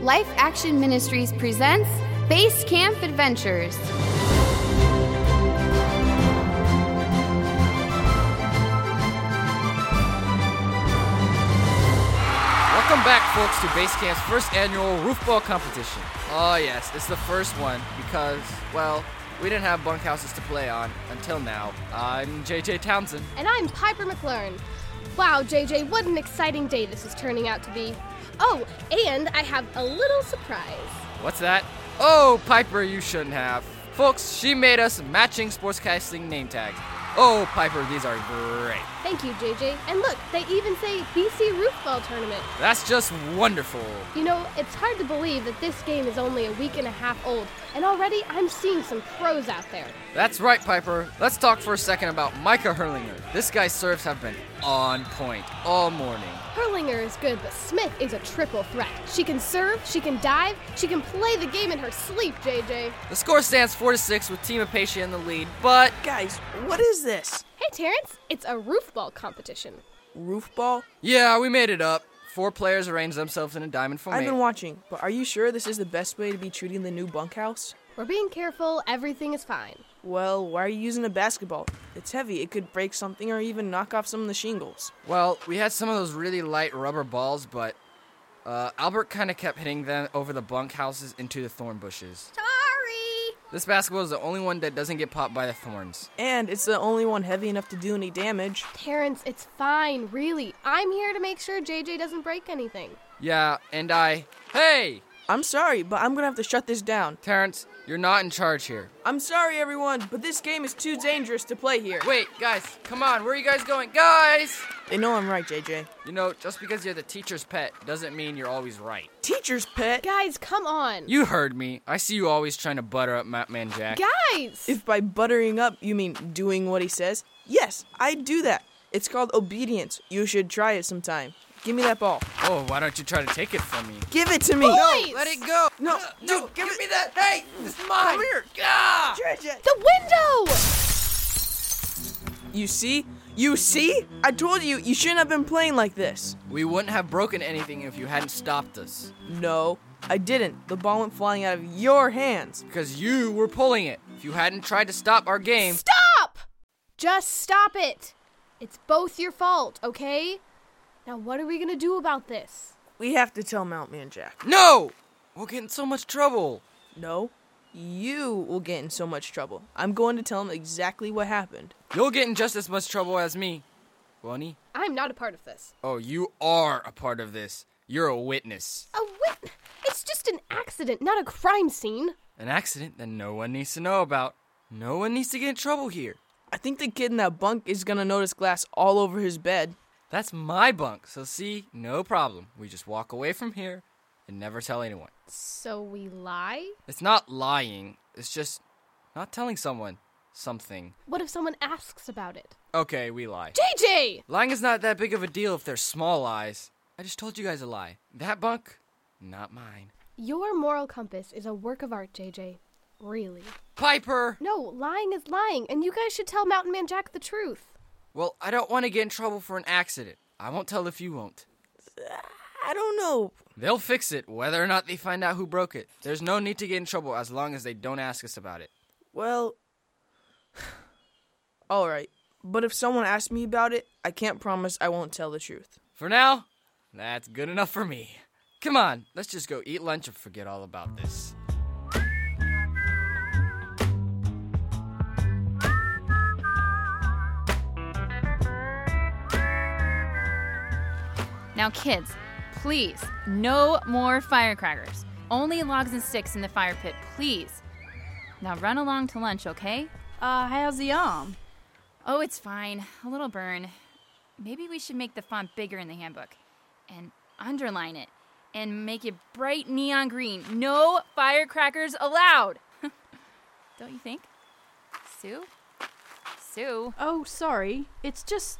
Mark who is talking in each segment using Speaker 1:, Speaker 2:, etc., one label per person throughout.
Speaker 1: Life Action Ministries presents Base Camp Adventures.
Speaker 2: Welcome back, folks, to Basecamp's first annual roofball competition. Oh, yes, it's the first one because, well, we didn't have bunkhouses to play on until now. I'm JJ Townsend.
Speaker 3: And I'm Piper McLaren. Wow, JJ, what an exciting day this is turning out to be. Oh, and I have a little surprise.
Speaker 2: What's that? Oh, Piper, you shouldn't have. Folks, she made us matching sportscasting name tags. Oh, Piper, these are great.
Speaker 3: Thank you, JJ. And look, they even say BC Roofball Tournament.
Speaker 2: That's just wonderful.
Speaker 3: You know, it's hard to believe that this game is only a week and a half old, and already I'm seeing some pros out there.
Speaker 2: That's right, Piper. Let's talk for a second about Micah Herlinger. This guy's serves have been on point all morning.
Speaker 3: Herlinger is good, but Smith is a triple threat. She can serve, she can dive, she can play the game in her sleep, JJ.
Speaker 2: The score stands 4 to 6 with Team Apatia in the lead, but
Speaker 4: Guys, what is this?
Speaker 3: Hey, Terrence, it's a roofball competition.
Speaker 4: Roof ball?
Speaker 2: yeah, we made it up. Four players arrange themselves in a diamond
Speaker 4: I've
Speaker 2: formation.
Speaker 4: been watching, but are you sure this is the best way to be treating the new bunkhouse?
Speaker 3: We're being careful, everything is fine.
Speaker 4: Well, why are you using a basketball? It's heavy, it could break something or even knock off some of the shingles.
Speaker 2: well, we had some of those really light rubber balls, but uh, Albert kind of kept hitting them over the bunkhouses into the thorn bushes.
Speaker 1: Sorry!
Speaker 2: This basketball is the only one that doesn't get popped by the thorns.
Speaker 4: And it's the only one heavy enough to do any damage.
Speaker 3: Terrence, it's fine, really. I'm here to make sure JJ doesn't break anything.
Speaker 2: Yeah, and I. Hey!
Speaker 4: I'm sorry, but I'm gonna have to shut this down.
Speaker 2: Terrence, you're not in charge here.
Speaker 4: I'm sorry, everyone, but this game is too dangerous to play here.
Speaker 2: Wait, guys, come on, where are you guys going? Guys!
Speaker 4: They know I'm right, JJ.
Speaker 2: You know, just because you're the teacher's pet doesn't mean you're always right.
Speaker 4: Teacher's pet?
Speaker 3: Guys, come on.
Speaker 2: You heard me. I see you always trying to butter up Mapman Jack.
Speaker 3: Guys!
Speaker 4: If by buttering up you mean doing what he says, yes, I do that. It's called obedience. You should try it sometime. Give me that ball.
Speaker 2: Oh, why don't you try to take it from me?
Speaker 4: Give it to me.
Speaker 3: Boys!
Speaker 2: Let it go.
Speaker 4: No,
Speaker 2: Uh,
Speaker 4: dude,
Speaker 2: no,
Speaker 4: give it-
Speaker 2: me that. Hey, this is mine.
Speaker 4: Come here.
Speaker 2: Gah!
Speaker 3: The window!
Speaker 4: You see? You see? I told you, you shouldn't have been playing like this.
Speaker 2: We wouldn't have broken anything if you hadn't stopped us,
Speaker 4: No, I didn't. The ball went flying out of your hands.
Speaker 2: because you were pulling it. If you hadn't tried to stop our game,
Speaker 3: Stop! Just stop it. It's both your fault, okay? Now, what are we gonna do about this?
Speaker 4: We have to tell Mount Man Jack.
Speaker 2: no, we'll get in so much trouble.
Speaker 4: No, you will get in so much trouble. I'm going to tell him exactly what happened.
Speaker 2: You'll get in just as much trouble as me, Bonnie.
Speaker 3: I'm not a part of this.
Speaker 2: Oh, you are a part of this. You're a witness.
Speaker 4: Oh.
Speaker 3: A wit. It's just an accident, not a crime scene.
Speaker 2: An accident that no one needs to know about. No one needs to get in trouble here.
Speaker 4: I think the kid in that bunk is gonna notice glass all over his bed.
Speaker 2: That's my bunk, so see, no problem. We just walk away from here and never tell anyone.
Speaker 3: So we lie?
Speaker 2: It's not lying, it's just not telling someone something.
Speaker 3: What if someone asks about it?
Speaker 2: Okay, we lie.
Speaker 3: JJ!
Speaker 2: Lying is not that big of a deal if they're small lies. I just told you guys a lie. That bunk, not mine.
Speaker 3: Your moral compass is a work of art, JJ. Really.
Speaker 2: Piper!
Speaker 3: No, lying is lying, and you guys should tell Mountain Man Jack the truth.
Speaker 2: Well, I don't want to get in trouble for an accident. I won't tell if you won't.
Speaker 4: I don't know.
Speaker 2: They'll fix it, whether or not they find out who broke it. There's no need to get in trouble as long as they don't ask us about it.
Speaker 4: Well, alright. But if someone asks me about it, I can't promise I won't tell the truth.
Speaker 2: For now, that's good enough for me. Come on, let's just go eat lunch and forget all about this.
Speaker 5: Now, kids, please, no more firecrackers. Only logs and sticks in the fire pit, please. Now run along to lunch, okay?
Speaker 6: Uh, how's the arm?
Speaker 5: Oh, it's fine. A little burn. Maybe we should make the font bigger in the handbook and underline it and make it bright neon green. No firecrackers allowed. Don't you think? Sue? Sue?
Speaker 6: Oh, sorry. It's just.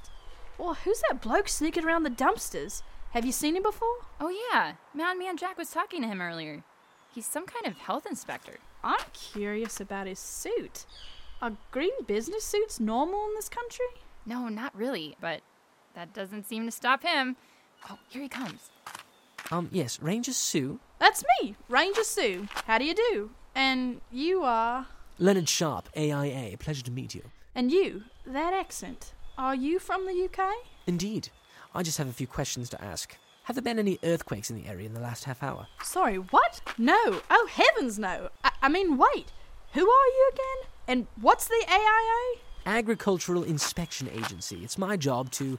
Speaker 6: Well, who's that bloke sneaking around the dumpsters? Have you seen him before?
Speaker 5: Oh, yeah. Mountain Man Jack was talking to him earlier. He's some kind of health inspector.
Speaker 6: I'm curious about his suit. Are green business suits normal in this country?
Speaker 5: No, not really, but that doesn't seem to stop him. Oh, here he comes.
Speaker 7: Um, yes, Ranger Sue,
Speaker 6: That's me, Ranger Sue. How do you do? And you are.
Speaker 7: Leonard Sharp, AIA, pleasure to meet you.
Speaker 6: And you, that accent. Are you from the UK?
Speaker 7: Indeed. I just have a few questions to ask. Have there been any earthquakes in the area in the last half hour?
Speaker 6: Sorry, what? No. Oh, heavens no. I, I mean, wait. Who are you again? And what's the AIA?
Speaker 7: Agricultural Inspection Agency. It's my job to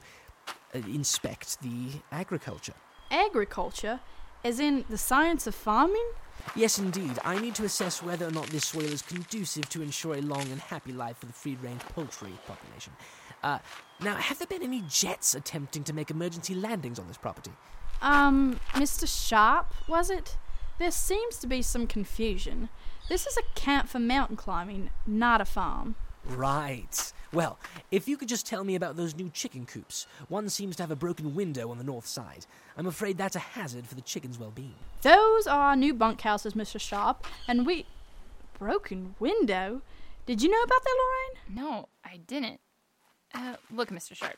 Speaker 7: uh, inspect the agriculture.
Speaker 6: Agriculture? As in the science of farming?
Speaker 7: Yes, indeed. I need to assess whether or not this soil is conducive to ensure a long and happy life for the free range poultry population. Uh, now, have there been any jets attempting to make emergency landings on this property?
Speaker 6: Um, Mr. Sharp, was it? There seems to be some confusion. This is a camp for mountain climbing, not a farm.
Speaker 7: Right. Well, if you could just tell me about those new chicken coops. One seems to have a broken window on the north side. I'm afraid that's a hazard for the chickens' well being.
Speaker 6: Those are our new bunkhouses, Mr. Sharp, and we. Broken window? Did you know about that, Lorraine?
Speaker 5: No, I didn't. Uh, look, Mr. Sharp,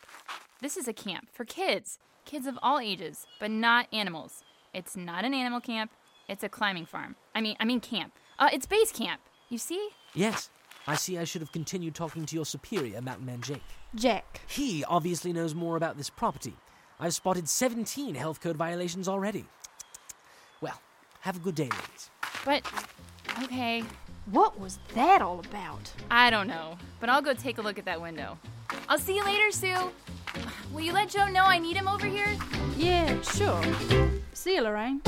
Speaker 5: this is a camp for kids, kids of all ages, but not animals. It's not an animal camp. It's a climbing farm. I mean, I mean camp. Uh, it's base camp. You see?
Speaker 7: Yes, I see I should have continued talking to your superior, Mountain Man Jake.
Speaker 6: Jack.
Speaker 7: He obviously knows more about this property. I've spotted 17 health code violations already. Well, have a good day, ladies.
Speaker 5: But okay,
Speaker 6: What was that all about?
Speaker 5: I don't know. But I'll go take a look at that window. I'll see you later, Sue. Will you let Joe know I need him over here?
Speaker 6: Yeah, sure. See you, Lorraine.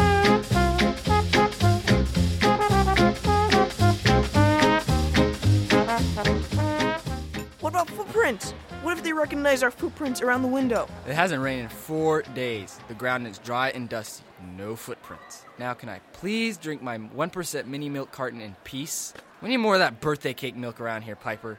Speaker 4: What about footprints? What if they recognize our footprints around the window?
Speaker 2: It hasn't rained in four days. The ground is dry and dusty. No footprints. Now, can I please drink my 1% mini milk carton in peace? We need more of that birthday cake milk around here, Piper.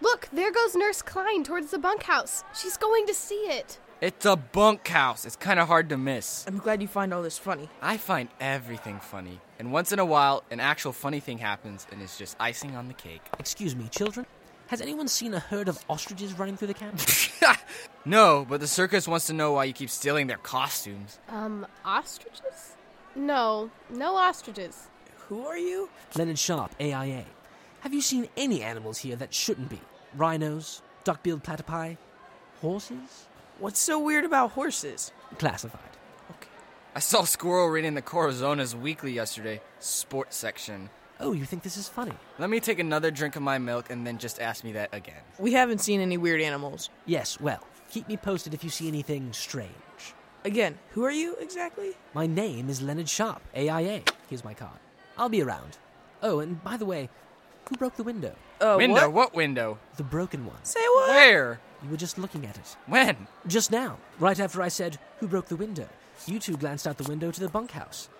Speaker 3: Look, there goes Nurse Klein towards the bunkhouse. She's going to see it.
Speaker 2: It's a bunkhouse. It's kind of hard to miss.
Speaker 4: I'm glad you find all this funny.
Speaker 2: I find everything funny. And once in a while, an actual funny thing happens, and it's just icing on the cake.
Speaker 7: Excuse me, children. Has anyone seen a herd of ostriches running through the camp?
Speaker 2: No, but the circus wants to know why you keep stealing their costumes.
Speaker 3: Um, ostriches? No, no ostriches.
Speaker 4: Who are you?
Speaker 7: Leonard Sharp, AIA. Have you seen any animals here that shouldn't be? Rhinos, duck-billed platypi, horses?
Speaker 4: What's so weird about horses?
Speaker 7: Classified.
Speaker 2: I saw a Squirrel reading the Corozonas Weekly yesterday, sports section.
Speaker 7: Oh, you think this is funny?
Speaker 2: Let me take another drink of my milk and then just ask me that again.
Speaker 4: We haven't seen any weird animals.
Speaker 7: Yes, well, keep me posted if you see anything strange.
Speaker 4: Again, who are you exactly?
Speaker 7: My name is Leonard Sharp, AIA. Here's my card. I'll be around. Oh, and by the way, who broke the window?
Speaker 4: Uh,
Speaker 2: window?
Speaker 4: What?
Speaker 2: What window?
Speaker 7: The broken one.
Speaker 4: Say what?
Speaker 2: Where?
Speaker 7: You were just looking at it.
Speaker 2: When?
Speaker 7: Just now, right after I said, Who broke the window? You two glanced out the window to the bunkhouse.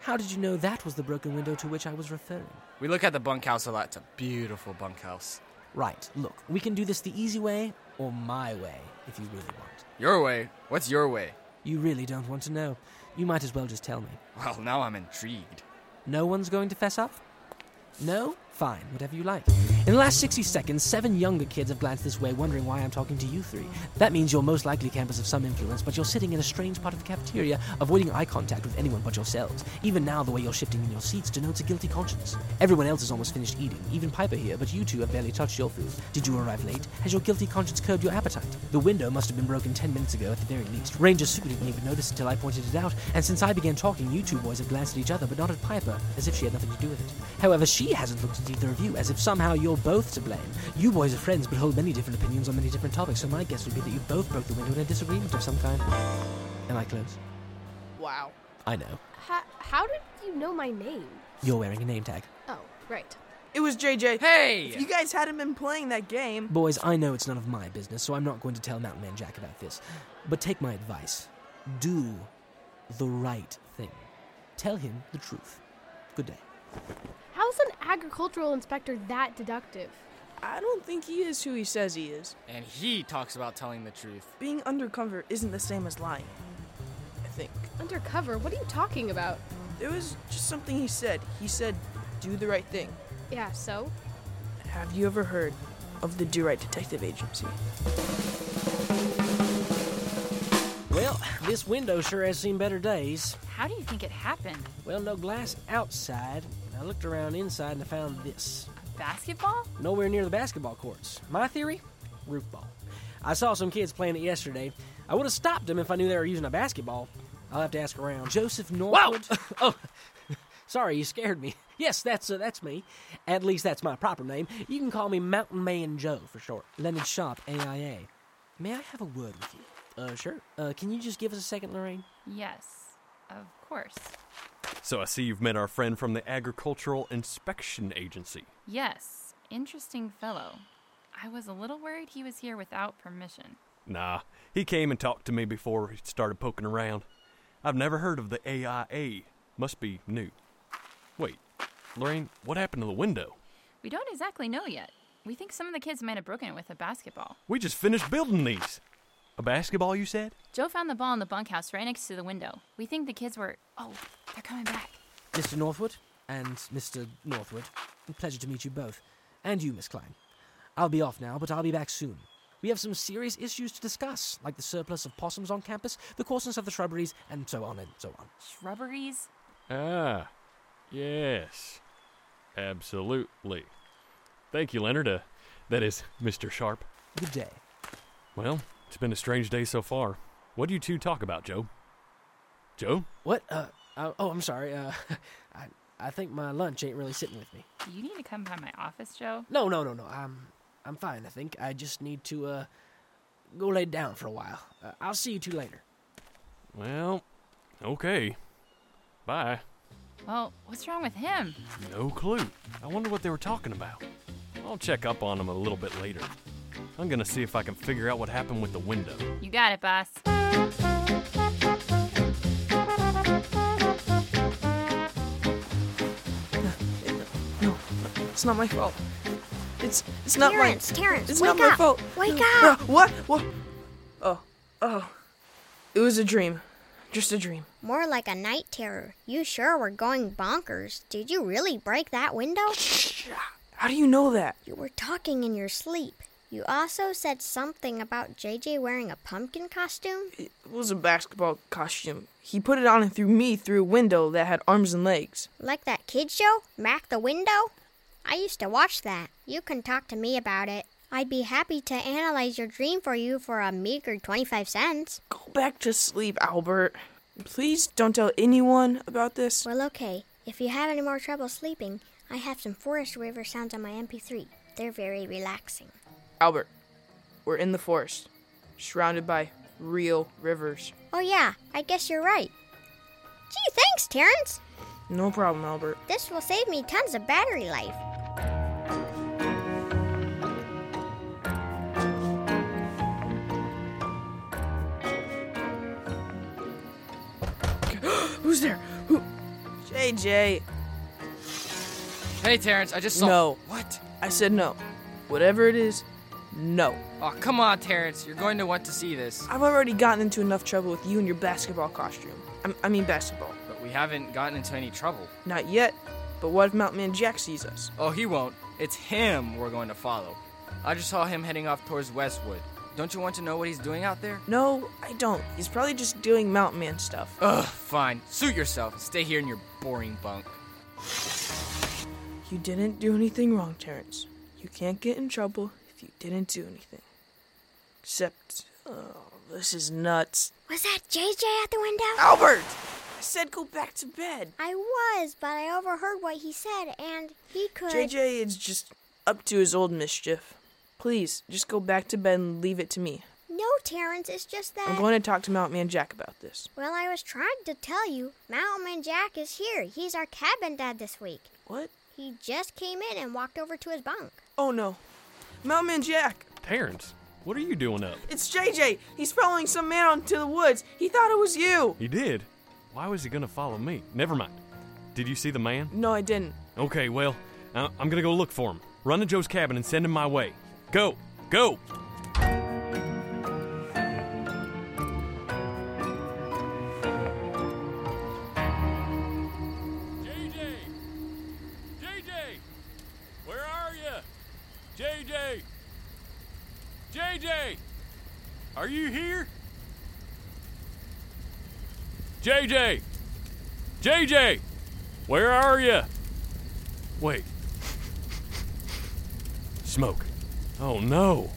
Speaker 7: How did you know that was the broken window to which I was referring?
Speaker 2: We look at the bunkhouse a lot. It's a beautiful bunkhouse.
Speaker 7: Right, look, we can do this the easy way or my way if you really want.
Speaker 2: Your way? What's your way?
Speaker 7: You really don't want to know. You might as well just tell me.
Speaker 2: Well, now I'm intrigued.
Speaker 7: No one's going to fess up? No? Fine, whatever you like. In the last 60 seconds, seven younger kids have glanced this way, wondering why I'm talking to you three. That means you're most likely campers of some influence, but you're sitting in a strange part of the cafeteria, avoiding eye contact with anyone but yourselves. Even now, the way you're shifting in your seats denotes a guilty conscience. Everyone else has almost finished eating, even Piper here, but you two have barely touched your food. Did you arrive late? Has your guilty conscience curbed your appetite? The window must have been broken 10 minutes ago at the very least. Ranger Sue didn't even notice until I pointed it out, and since I began talking, you two boys have glanced at each other, but not at Piper, as if she had nothing to do with it. However, she hasn't looked at either of you, as if somehow you're both to blame. You boys are friends, but hold many different opinions on many different topics, so my guess would be that you both broke the window in a disagreement of some kind. Am I close?
Speaker 4: Wow.
Speaker 7: I know.
Speaker 3: How, how did you know my name?
Speaker 7: You're wearing a name tag.
Speaker 3: Oh, right.
Speaker 4: It was JJ.
Speaker 2: Hey!
Speaker 4: If you guys hadn't been playing that game,
Speaker 7: Boys, I know it's none of my business, so I'm not going to tell Mountain Man Jack about this. But take my advice. Do the right thing. Tell him the truth. Good day.
Speaker 3: How's an agricultural inspector that deductive?
Speaker 4: I don't think he is who he says he is.
Speaker 2: And he talks about telling the truth.
Speaker 4: Being undercover isn't the same as lying. I think.
Speaker 3: Undercover? What are you talking about?
Speaker 4: There was just something he said. He said, do the right thing.
Speaker 3: Yeah, so?
Speaker 4: Have you ever heard of the Do Right Detective Agency?
Speaker 8: Well, this window sure has seen better days.
Speaker 5: How do you think it happened?
Speaker 8: Well, no glass outside. I looked around inside and I found this.
Speaker 5: Basketball?
Speaker 8: Nowhere near the basketball courts. My theory? Roof ball. I saw some kids playing it yesterday. I would have stopped them if I knew they were using a basketball. I'll have to ask around.
Speaker 7: Joseph
Speaker 8: Wow!
Speaker 7: Norwood.
Speaker 8: oh, sorry, you scared me. Yes, that's uh, that's me. At least that's my proper name. You can call me Mountain Man Joe for short.
Speaker 7: Leonard Sharp, AIA. May I have a word with you?
Speaker 8: Uh, sure. Uh, can you just give us a second, Lorraine?
Speaker 5: Yes, of course.
Speaker 9: So I see you've met our friend from the Agricultural Inspection Agency.
Speaker 5: Yes, interesting fellow. I was a little worried he was here without permission.
Speaker 9: Nah, he came and talked to me before he started poking around. I've never heard of the AIA. Must be new. Wait, Lorraine, what happened to the window?
Speaker 5: We don't exactly know yet. We think some of the kids might have broken it with a basketball.
Speaker 9: We just finished building these. A basketball, you said?
Speaker 5: Joe found the ball in the bunkhouse right next to the window. We think the kids were. Oh, they're coming back.
Speaker 7: Mr. Northwood and Mr. Northwood. Pleasure to meet you both. And you, Miss Klein. I'll be off now, but I'll be back soon. We have some serious issues to discuss, like the surplus of possums on campus, the coarseness of the shrubberies, and so on and so on.
Speaker 5: Shrubberies?
Speaker 9: Ah, yes. Absolutely. Thank you, Leonard. Uh, that is Mr. Sharp.
Speaker 7: Good day.
Speaker 9: Well, it's been a strange day so far. What do you two talk about, Joe? Joe?
Speaker 8: What? Uh, uh, oh, I'm sorry. Uh, I, I think my lunch ain't really sitting with me.
Speaker 5: You need to come by my office, Joe.
Speaker 8: No, no, no, no. I'm, I'm fine. I think I just need to uh, go lay down for a while. Uh, I'll see you two later.
Speaker 9: Well, okay. Bye.
Speaker 5: Well, what's wrong with him?
Speaker 9: No clue. I wonder what they were talking about. I'll check up on them a little bit later. I'm gonna see if I can figure out what happened with the window.
Speaker 5: You got it, boss.
Speaker 4: It's not my fault. It's it's not
Speaker 10: Terrence,
Speaker 4: my
Speaker 10: Terrence,
Speaker 4: It's
Speaker 10: wake
Speaker 4: not my
Speaker 10: up.
Speaker 4: fault.
Speaker 10: Wake
Speaker 4: Uh,
Speaker 10: up.
Speaker 4: what? What? Oh, oh. It was a dream. Just a dream.
Speaker 10: More like a night terror. You sure were going bonkers. Did you really break that window?
Speaker 4: How do you know that?
Speaker 10: You were talking in your sleep. You also said something about JJ wearing a pumpkin costume.
Speaker 4: It was a basketball costume. He put it on and threw me through a window that had arms and legs.
Speaker 10: Like that kid show, Mac the Window? I used to watch that. You can talk to me about it. I'd be happy to analyze your dream for you for a meager 25 cents.
Speaker 4: Go back to sleep, Albert. Please don't tell anyone about this.
Speaker 10: Well, okay. If you have any more trouble sleeping, I have some Forest River sounds on my MP3. They're very relaxing.
Speaker 4: Albert, we're in the forest, surrounded by real rivers.
Speaker 10: Oh, yeah, I guess you're right. Gee, thanks, Terrence.
Speaker 4: No problem, Albert.
Speaker 10: This will save me tons of battery life.
Speaker 4: Who's there? Who? JJ.
Speaker 2: Hey, Terrence, I just saw.
Speaker 4: No.
Speaker 2: What?
Speaker 4: I said no. Whatever it is, no.
Speaker 2: Oh, come on, Terrence. You're going to want to see this.
Speaker 4: I've already gotten into enough trouble with you and your basketball costume. i I mean, basketball.
Speaker 2: But we haven't gotten into any trouble.
Speaker 4: Not yet. But what if Mountain Man Jack sees us?
Speaker 2: Oh, he won't. It's him we're going to follow. I just saw him heading off towards Westwood. Don't you want to know what he's doing out there?
Speaker 4: No, I don't. He's probably just doing Mountain Man stuff.
Speaker 2: Ugh, fine. Suit yourself. Stay here in your boring bunk.
Speaker 4: You didn't do anything wrong, Terrence. You can't get in trouble if you didn't do anything. Except, oh, this is nuts.
Speaker 10: Was that JJ at the window?
Speaker 4: Albert! I said go back to bed.
Speaker 10: I was, but I overheard what he said, and he could.
Speaker 4: JJ is just up to his old mischief. Please, just go back to bed and leave it to me.
Speaker 10: No, Terrence, it's just that.
Speaker 4: I'm going to talk to Mountain Man Jack about this.
Speaker 10: Well, I was trying to tell you, Mountain Man Jack is here. He's our cabin dad this week.
Speaker 4: What?
Speaker 10: He just came in and walked over to his bunk.
Speaker 4: Oh no. Mountain Man Jack!
Speaker 9: Terrence, what are you doing up?
Speaker 4: It's JJ! He's following some man out into the woods. He thought it was you!
Speaker 9: He did. Why was he gonna follow me? Never mind. Did you see the man?
Speaker 4: No, I didn't.
Speaker 9: Okay, well, I- I'm gonna go look for him. Run to Joe's cabin and send him my way. Go! Go! JJ! JJ! Where are you? JJ! JJ! Are you here? JJ! JJ! Where are you? Wait. Smoke. Oh no.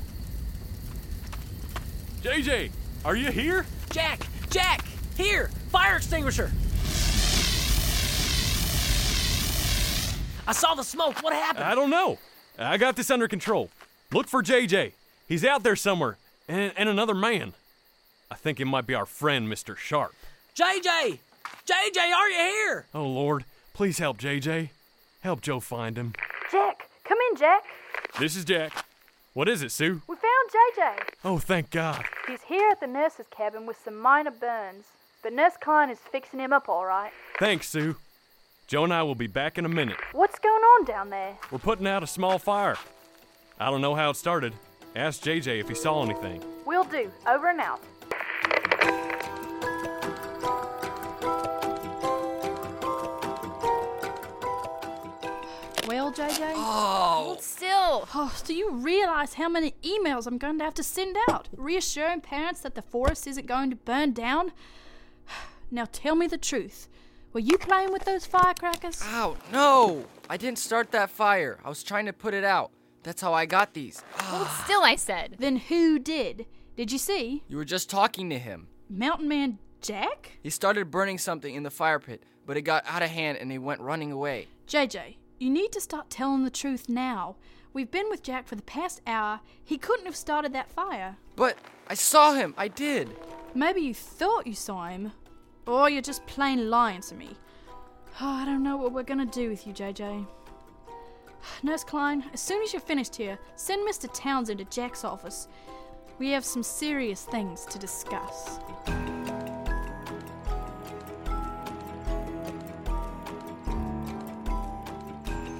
Speaker 9: JJ, are you here?
Speaker 7: Jack! Jack! Here! Fire extinguisher! I saw the smoke. What happened?
Speaker 9: I don't know. I got this under control. Look for JJ. He's out there somewhere. And, and another man. I think it might be our friend, Mr. Sharp.
Speaker 7: JJ! JJ, are you here?
Speaker 9: Oh, Lord. Please help JJ. Help Joe find him.
Speaker 11: Jack, come in, Jack.
Speaker 9: This is Jack. What is it, Sue?
Speaker 11: We found JJ.
Speaker 9: Oh, thank God.
Speaker 11: He's here at the nurse's cabin with some minor burns, but Nurse Klein is fixing him up all right.
Speaker 9: Thanks, Sue. Joe and I will be back in a minute.
Speaker 11: What's going on down there?
Speaker 9: We're putting out a small fire. I don't know how it started. Ask JJ if he saw anything.
Speaker 11: Will do. Over and out.
Speaker 6: Well, JJ?
Speaker 2: Oh!
Speaker 6: Hold still! Oh, do you realize how many emails I'm going to have to send out? Reassuring parents that the forest isn't going to burn down? Now tell me the truth. Were you playing with those firecrackers?
Speaker 2: Ow, no! I didn't start that fire. I was trying to put it out. That's how I got these.
Speaker 6: Hold still, I said. Then who did? Did you see?
Speaker 2: You were just talking to him.
Speaker 6: Mountain Man Jack?
Speaker 2: He started burning something in the fire pit, but it got out of hand and he went running away.
Speaker 6: JJ, you need to start telling the truth now. We've been with Jack for the past hour. He couldn't have started that fire.
Speaker 2: But I saw him. I did.
Speaker 6: Maybe you thought you saw him. Or you're just plain lying to me. Oh, I don't know what we're gonna do with you, JJ. Nurse Klein, as soon as you're finished here, send Mr. Townsend to Jack's office. We have some serious things to discuss.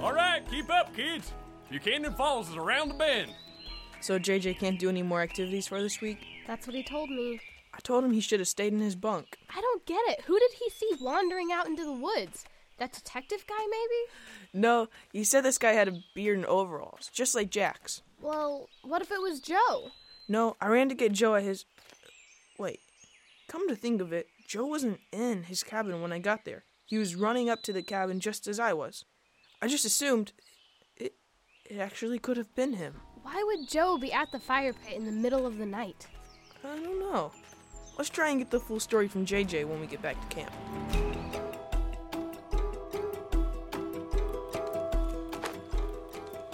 Speaker 9: All right, keep up, kids. Buchanan Falls is around the bend.
Speaker 4: So JJ can't do any more activities for this week?
Speaker 3: That's what he told me.
Speaker 4: I told him he should have stayed in his bunk.
Speaker 3: I don't get it. Who did he see wandering out into the woods? That detective guy, maybe?
Speaker 4: No, he said this guy had a beard and overalls, just like Jack's.
Speaker 3: Well, what if it was Joe?
Speaker 4: No, I ran to get Joe at his. Wait. Come to think of it, Joe wasn't in his cabin when I got there. He was running up to the cabin just as I was. I just assumed it, it actually could have been him.
Speaker 3: Why would Joe be at the fire pit in the middle of the night?
Speaker 4: I don't know. Let's try and get the full story from JJ when we get back to camp.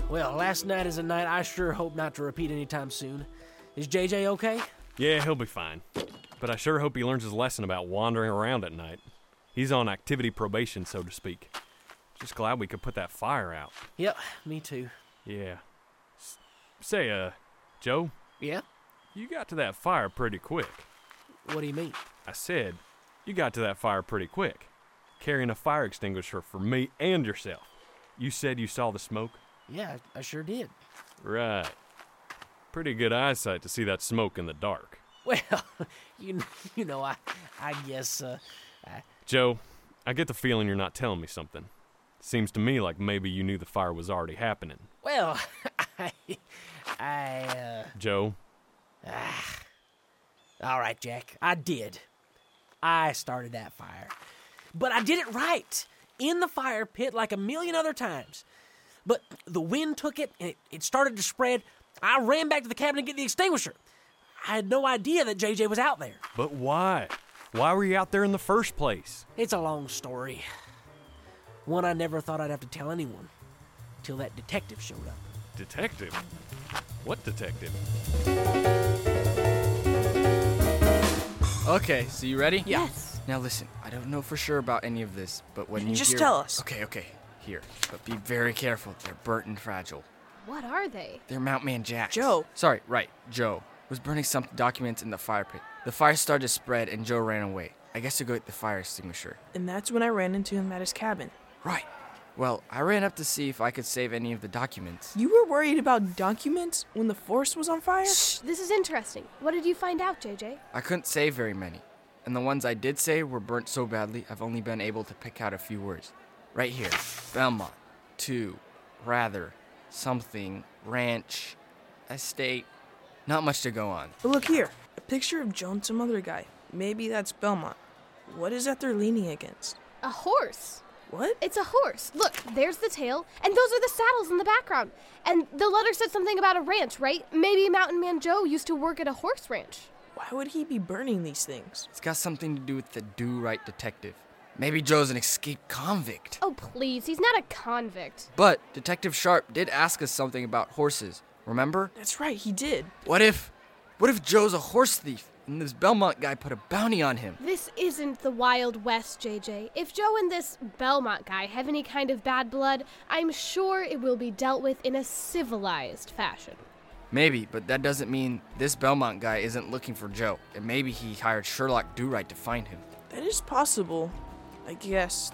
Speaker 7: Well, last night is a night I sure hope not to repeat anytime soon. Is JJ okay?
Speaker 9: Yeah, he'll be fine. But I sure hope he learns his lesson about wandering around at night. He's on activity probation, so to speak. Just glad we could put that fire out.
Speaker 7: Yep, me too.
Speaker 9: Yeah. S- say, uh, Joe?
Speaker 7: Yeah?
Speaker 9: You got to that fire pretty quick.
Speaker 7: What do you mean?
Speaker 9: I said, you got to that fire pretty quick. Carrying a fire extinguisher for me and yourself. You said you saw the smoke?
Speaker 7: Yeah, I sure did.
Speaker 9: Right. Pretty good eyesight to see that smoke in the dark.
Speaker 7: Well, you kn- you know I I guess uh, I,
Speaker 9: Joe, I get the feeling you're not telling me something. Seems to me like maybe you knew the fire was already happening.
Speaker 7: well I I uh,
Speaker 9: Joe,
Speaker 7: ah. All right, Jack. I did. I started that fire. But I did it right in the fire pit like a million other times. But the wind took it and it, it started to spread. I ran back to the cabin to get the extinguisher. I had no idea that JJ was out there.
Speaker 9: but why? Why were you out there in the first place?
Speaker 7: It's a long story. One I never thought I'd have to tell anyone. Till that detective showed up.
Speaker 9: Detective? What detective?
Speaker 2: Okay, so you ready?
Speaker 4: Yeah.
Speaker 12: Yes.
Speaker 2: Now listen, I don't know for sure about any of this, but when you
Speaker 4: Just
Speaker 2: hear-
Speaker 4: tell us.
Speaker 2: Okay, okay. Here, but be very careful. They're burnt and fragile.
Speaker 3: What are they?
Speaker 2: They're Mount Man Jack.
Speaker 4: Joe.
Speaker 2: Sorry, right. Joe was burning some documents in the fire pit. The fire started to spread, and Joe ran away. I guess to go get the fire extinguisher.
Speaker 4: And that's when I ran into him at his cabin.
Speaker 2: Right. Well, I ran up to see if I could save any of the documents.
Speaker 4: You were worried about documents when the forest was on fire?
Speaker 3: This is interesting. What did you find out, JJ?
Speaker 2: I couldn't save very many, and the ones I did save were burnt so badly I've only been able to pick out a few words. Right here Belmont, two, rather, something, ranch, estate. Not much to go on.
Speaker 4: But look here, a picture of Joe and some other guy. Maybe that's Belmont. What is that they're leaning against?
Speaker 3: A horse.
Speaker 4: What?
Speaker 3: It's a horse. Look, there's the tail, and those are the saddles in the background. And the letter said something about a ranch, right? Maybe Mountain Man Joe used to work at a horse ranch.
Speaker 4: Why would he be burning these things?
Speaker 2: It's got something to do with the do right detective. Maybe Joe's an escaped convict.
Speaker 3: Oh, please, he's not a convict.
Speaker 2: But Detective Sharp did ask us something about horses, remember?
Speaker 4: That's right, he did.
Speaker 2: What if. What if Joe's a horse thief and this Belmont guy put a bounty on him?
Speaker 3: This isn't the Wild West, JJ. If Joe and this Belmont guy have any kind of bad blood, I'm sure it will be dealt with in a civilized fashion.
Speaker 2: Maybe, but that doesn't mean this Belmont guy isn't looking for Joe, and maybe he hired Sherlock Do-Right to find him.
Speaker 4: That is possible, I guess.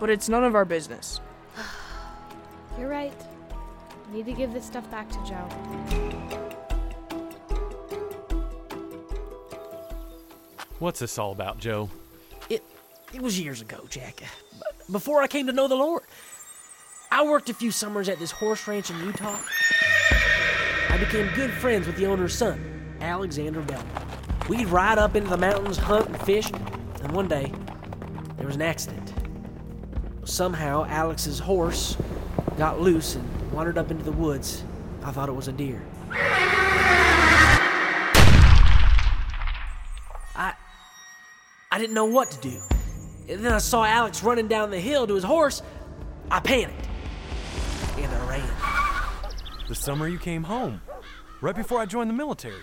Speaker 4: But it's none of our business.
Speaker 3: You're right. Need to give this stuff back to Joe.
Speaker 9: What's this all about, Joe?
Speaker 7: It it was years ago, Jack. Before I came to know the Lord. I worked a few summers at this horse ranch in Utah. I became good friends with the owner's son, Alexander Belmont. We'd ride up into the mountains, hunt and fish, and one day there was an accident. Somehow Alex's horse got loose and wandered up into the woods. I thought it was a deer. I I didn't know what to do. And then I saw Alex running down the hill to his horse. I panicked. And I ran.
Speaker 9: The summer you came home, right before I joined the military.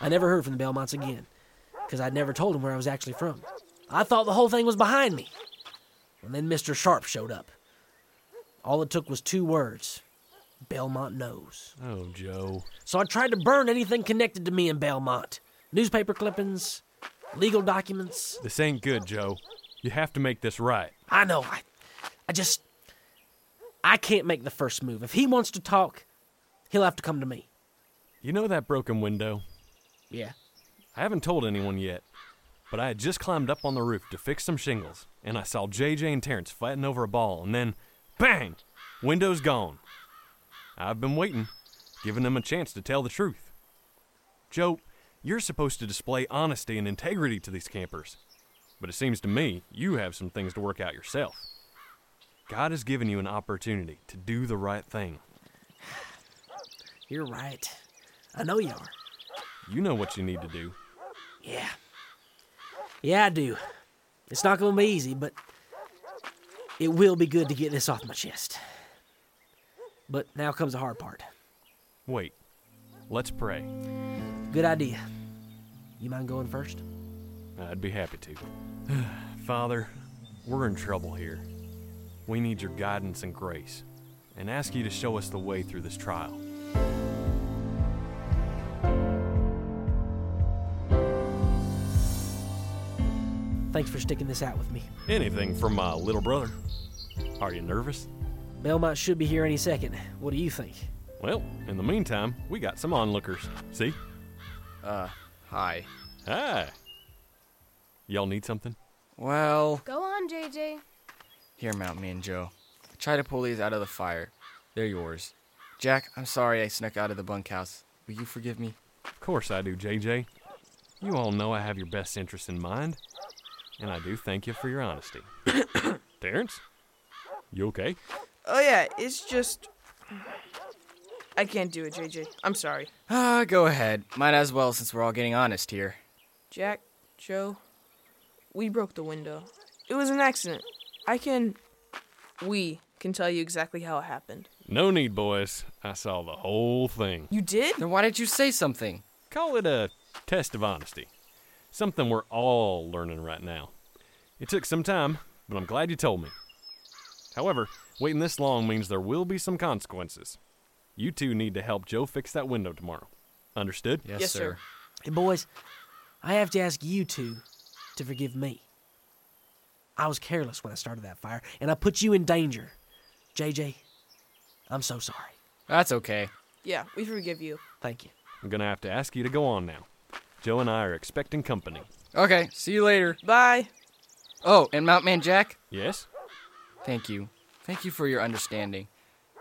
Speaker 7: I never heard from the Belmonts again, because I'd never told them where I was actually from. I thought the whole thing was behind me. And then Mr. Sharp showed up. All it took was two words Belmont knows.
Speaker 9: Oh, Joe.
Speaker 7: So I tried to burn anything connected to me in Belmont newspaper clippings, legal documents.
Speaker 9: This ain't good, Joe. You have to make this right.
Speaker 7: I know. I, I just. I can't make the first move. If he wants to talk, he'll have to come to me.
Speaker 9: You know that broken window?
Speaker 7: Yeah.
Speaker 9: I haven't told anyone yet, but I had just climbed up on the roof to fix some shingles, and I saw JJ and Terrence fighting over a ball, and then bang! Window's gone. I've been waiting, giving them a chance to tell the truth. Joe, you're supposed to display honesty and integrity to these campers, but it seems to me you have some things to work out yourself. God has given you an opportunity to do the right thing.
Speaker 7: You're right. I know you are.
Speaker 9: You know what you need to do.
Speaker 7: Yeah. Yeah, I do. It's not going to be easy, but it will be good to get this off my chest. But now comes the hard part.
Speaker 9: Wait, let's pray.
Speaker 7: Good idea. You mind going first?
Speaker 9: I'd be happy to. Father, we're in trouble here. We need your guidance and grace, and ask you to show us the way through this trial.
Speaker 7: Thanks for sticking this out with me.
Speaker 9: Anything from my little brother. Are you nervous?
Speaker 7: Belmont should be here any second. What do you think?
Speaker 9: Well, in the meantime, we got some onlookers. See?
Speaker 2: Uh, hi.
Speaker 9: Hi. Y'all need something?
Speaker 2: Well,
Speaker 3: Go on, JJ.
Speaker 2: here, Mount Me and Joe. I tried to pull these out of the fire. They're yours. Jack, I'm sorry I snuck out of the bunkhouse. Will you forgive me?
Speaker 9: Of course I do, JJ. You all know I have your best interest in mind, and I do thank you for your honesty. Terrence? You okay?
Speaker 4: Oh, yeah, it's just. I can't do it, JJ. I'm sorry.
Speaker 2: Ah, go ahead. Might as well since we're all getting honest here.
Speaker 4: Jack, Joe, we broke the window. It was an accident. I can. We can tell you exactly how it happened.
Speaker 9: No need, boys. I saw the whole thing.
Speaker 4: You did?
Speaker 2: Then why did you say something?
Speaker 9: Call it a test of honesty. Something we're all learning right now. It took some time, but I'm glad you told me. However, waiting this long means there will be some consequences. You two need to help Joe fix that window tomorrow. Understood?
Speaker 4: Yes, sir. sir.
Speaker 7: Hey, boys, I have to ask you two to forgive me. I was careless when I started that fire, and I put you in danger. JJ, I'm so sorry.
Speaker 2: That's okay.
Speaker 4: Yeah, we forgive you.
Speaker 7: Thank you.
Speaker 9: I'm gonna have to ask you to go on now. Joe and I are expecting company.
Speaker 2: Okay, see you later.
Speaker 4: Bye.
Speaker 2: Oh, and Mount Man Jack,
Speaker 9: Yes?
Speaker 2: thank you. Thank you for your understanding.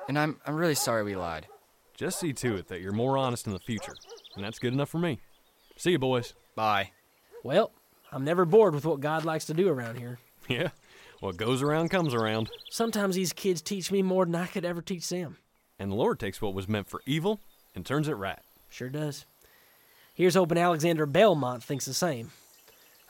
Speaker 2: And I'm I'm really sorry we lied.
Speaker 9: Just see to it that you're more honest in the future, and that's good enough for me. See you, boys.
Speaker 2: Bye.
Speaker 7: Well,
Speaker 13: I'm never bored with what God likes to do around here.
Speaker 9: Yeah. What goes around comes around.
Speaker 13: Sometimes these kids teach me more than I could ever teach them.
Speaker 9: And the Lord takes what was meant for evil and turns it right.
Speaker 13: Sure does. Here's hoping Alexander Belmont thinks the same.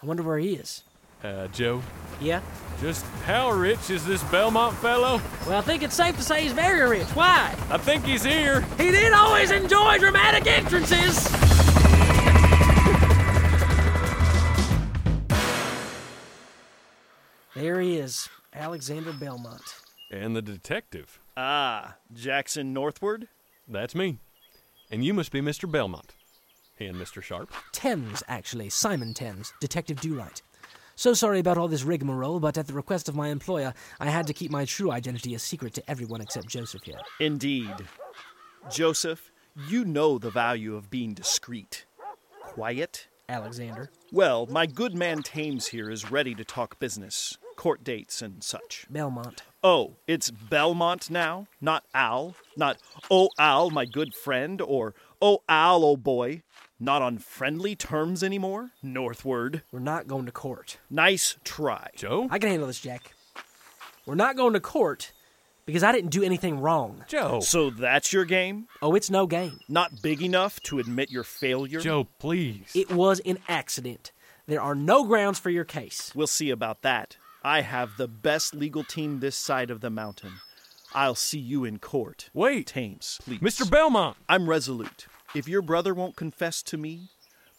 Speaker 13: I wonder where he is.
Speaker 9: Uh, Joe?
Speaker 13: Yeah?
Speaker 9: Just how rich is this Belmont fellow?
Speaker 13: Well, I think it's safe to say he's very rich. Why?
Speaker 9: I think he's here.
Speaker 13: He did always enjoy dramatic entrances! There he is, Alexander Belmont.
Speaker 9: And the detective.
Speaker 14: Ah, Jackson Northward?
Speaker 9: That's me. And you must be Mr. Belmont. And Mr. Sharp.
Speaker 7: Thames, actually. Simon Thames, Detective Dewright. So sorry about all this rigmarole, but at the request of my employer, I had to keep my true identity a secret to everyone except Joseph here.
Speaker 14: Indeed. Joseph, you know the value of being discreet. Quiet?
Speaker 7: Alexander.
Speaker 14: Well, my good man Thames here is ready to talk business, court dates, and such.
Speaker 7: Belmont.
Speaker 14: Oh, it's Belmont now, not Al, not Oh Al, my good friend, or Oh Al, oh boy. Not on friendly terms anymore, Northward.
Speaker 7: We're not going to court.
Speaker 14: Nice try.
Speaker 9: Joe?
Speaker 7: I can handle this, Jack. We're not going to court because I didn't do anything wrong.
Speaker 9: Joe.
Speaker 14: So that's your game?
Speaker 7: Oh, it's no game.
Speaker 14: Not big enough to admit your failure?
Speaker 9: Joe, please.
Speaker 7: It was an accident. There are no grounds for your case.
Speaker 14: We'll see about that. I have the best legal team this side of the mountain. I'll see you in court.
Speaker 9: Wait.
Speaker 14: Thames, please.
Speaker 9: Mr. Belmont.
Speaker 14: I'm resolute. If your brother won't confess to me,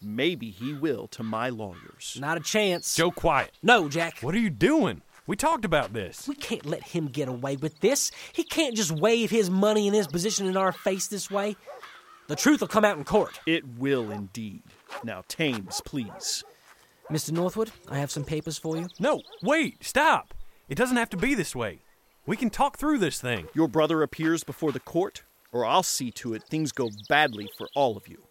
Speaker 14: maybe he will to my lawyers.
Speaker 7: Not a chance.
Speaker 9: Joe, quiet.
Speaker 7: No, Jack.
Speaker 9: What are you doing? We talked about this.
Speaker 7: We can't let him get away with this. He can't just wave his money and his position in our face this way. The truth will come out in court.
Speaker 14: It will indeed. Now, Thames, please.
Speaker 7: Mr. Northwood, I have some papers for you.
Speaker 9: No, wait, stop. It doesn't have to be this way. We can talk through this thing.
Speaker 14: Your brother appears before the court, or I'll see to it things go badly for all of you.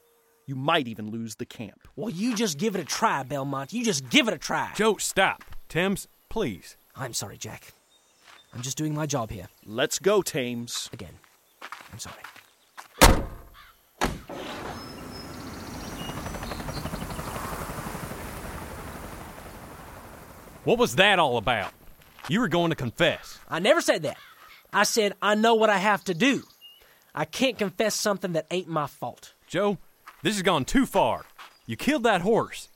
Speaker 14: You might even lose the camp.
Speaker 7: Well, you just give it a try, Belmont. You just give it a try.
Speaker 9: Joe, stop. Thames, please.
Speaker 7: I'm sorry, Jack. I'm just doing my job here.
Speaker 14: Let's go, Thames.
Speaker 7: Again. I'm sorry.
Speaker 9: What was that all about? You were going to confess.
Speaker 7: I never said that. I said, I know what I have to do. I can't confess something that ain't my fault.
Speaker 9: Joe, this has gone too far. You killed that horse.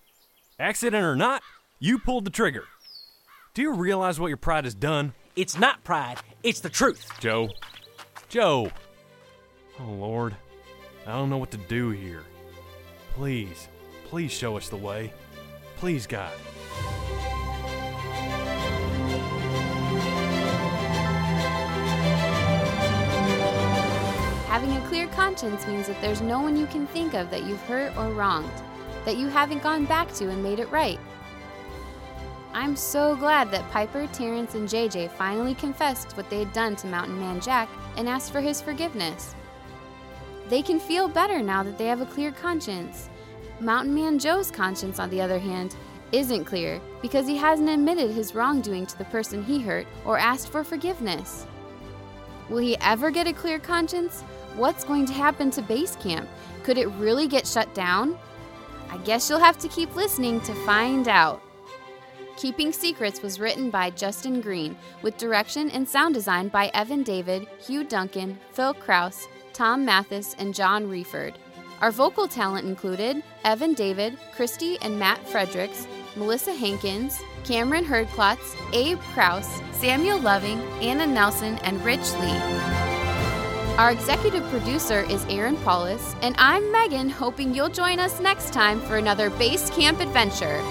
Speaker 9: Accident or not, you pulled the trigger. Do you realize what your pride has done?
Speaker 7: It's not pride, it's the truth.
Speaker 9: Joe. Joe. Oh, Lord. I don't know what to do here. Please, please show us the way. Please, God.
Speaker 1: Having a clear conscience means that there's no one you can think of that you've hurt or wronged, that you haven't gone back to and made it right. I'm so glad that Piper, Terrence, and JJ finally confessed what they had done to Mountain Man Jack and asked for his forgiveness. They can feel better now that they have a clear conscience. Mountain Man Joe's conscience, on the other hand, isn't clear because he hasn't admitted his wrongdoing to the person he hurt or asked for forgiveness. Will he ever get a clear conscience? What's going to happen to base camp? Could it really get shut down? I guess you'll have to keep listening to find out. Keeping Secrets was written by Justin Green, with direction and sound design by Evan David, Hugh Duncan, Phil Kraus, Tom Mathis, and John Reeford. Our vocal talent included Evan David, Christy and Matt Fredericks, Melissa Hankins, Cameron Herdklotz, Abe Kraus, Samuel Loving, Anna Nelson, and Rich Lee. Our executive producer is Aaron Paulus, and I'm Megan, hoping you'll join us next time for another Base Camp adventure.